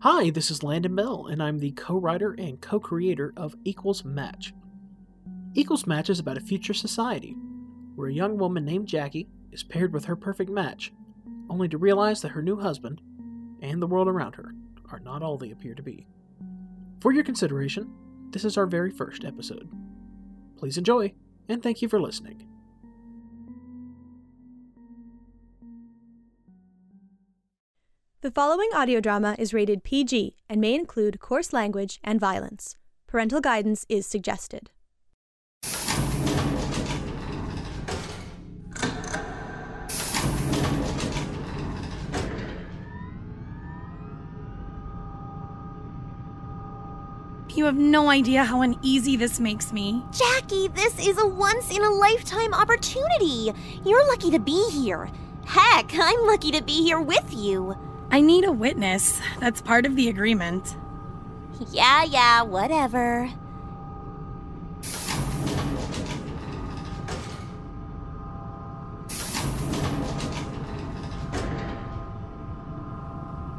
Hi, this is Landon Bell, and I'm the co writer and co creator of Equals Match. Equals Match is about a future society where a young woman named Jackie is paired with her perfect match, only to realize that her new husband and the world around her are not all they appear to be. For your consideration, this is our very first episode. Please enjoy, and thank you for listening. The following audio drama is rated PG and may include coarse language and violence. Parental guidance is suggested. You have no idea how uneasy this makes me. Jackie, this is a once in a lifetime opportunity. You're lucky to be here. Heck, I'm lucky to be here with you. I need a witness. That's part of the agreement. Yeah, yeah, whatever.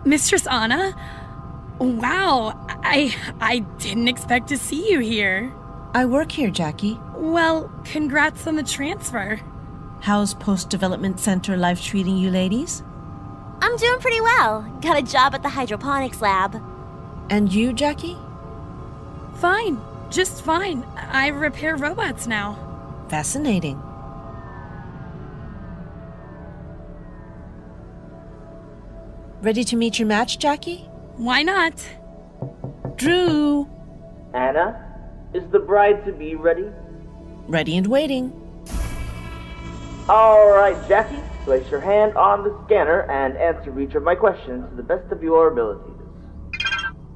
Mistress Anna? Wow, I I didn't expect to see you here. I work here, Jackie. Well, congrats on the transfer. How's Post Development Center life treating you, ladies? I'm doing pretty well. Got a job at the hydroponics lab. And you, Jackie? Fine, just fine. I repair robots now. Fascinating. Ready to meet your match, Jackie? Why not? Drew! Anna, is the bride to be ready? Ready and waiting. All right, Jackie, place your hand on the scanner and answer each of my questions to the best of your abilities.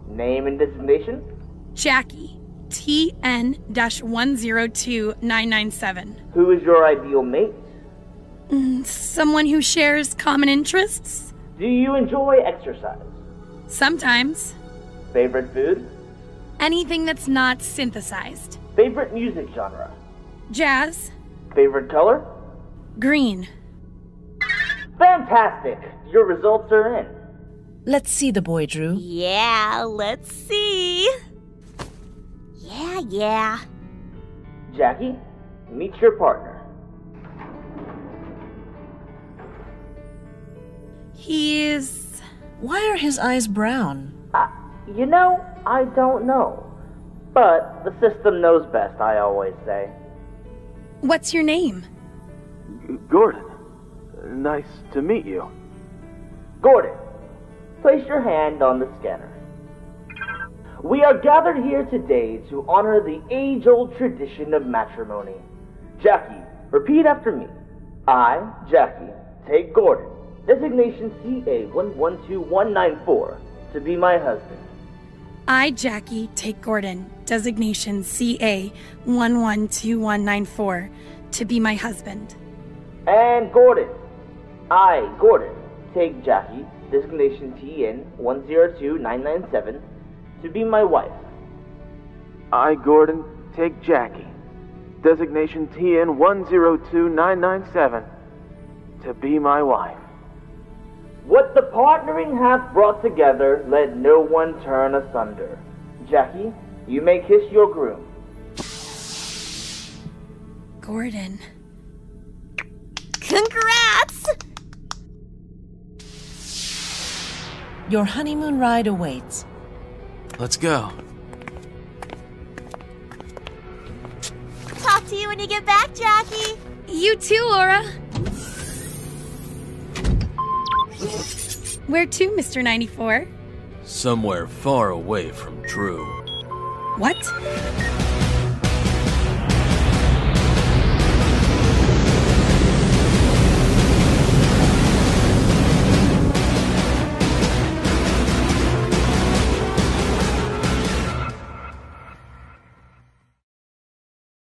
Name and designation? Jackie, TN 102997. Who is your ideal mate? Someone who shares common interests? Do you enjoy exercise? Sometimes. Favorite food? Anything that's not synthesized. Favorite music genre? Jazz, Favorite color? green. Fantastic! Your results are in. Let's see the boy, Drew. Yeah, let's see. Yeah, yeah. Jackie, meet your partner. He's. Why are his eyes brown? Uh, you know, I don't know. But the system knows best, I always say. What's your name? Gordon, nice to meet you. Gordon, place your hand on the scanner. We are gathered here today to honor the age old tradition of matrimony. Jackie, repeat after me. I, Jackie, take Gordon, designation CA112194, to be my husband. I, Jackie, take Gordon, designation CA112194, to be my husband. And Gordon, I, Gordon, take Jackie, designation TN102997, to be my wife. I, Gordon, take Jackie. Designation TN 102997. To be my wife. What the partnering hath brought together, let no one turn asunder. Jackie, you may kiss your groom. Gordon. Congrats! Your honeymoon ride awaits. Let's go. Talk to you when you get back, Jackie. You too, Laura. Where to, Mr. 94? Somewhere far away from Drew. What?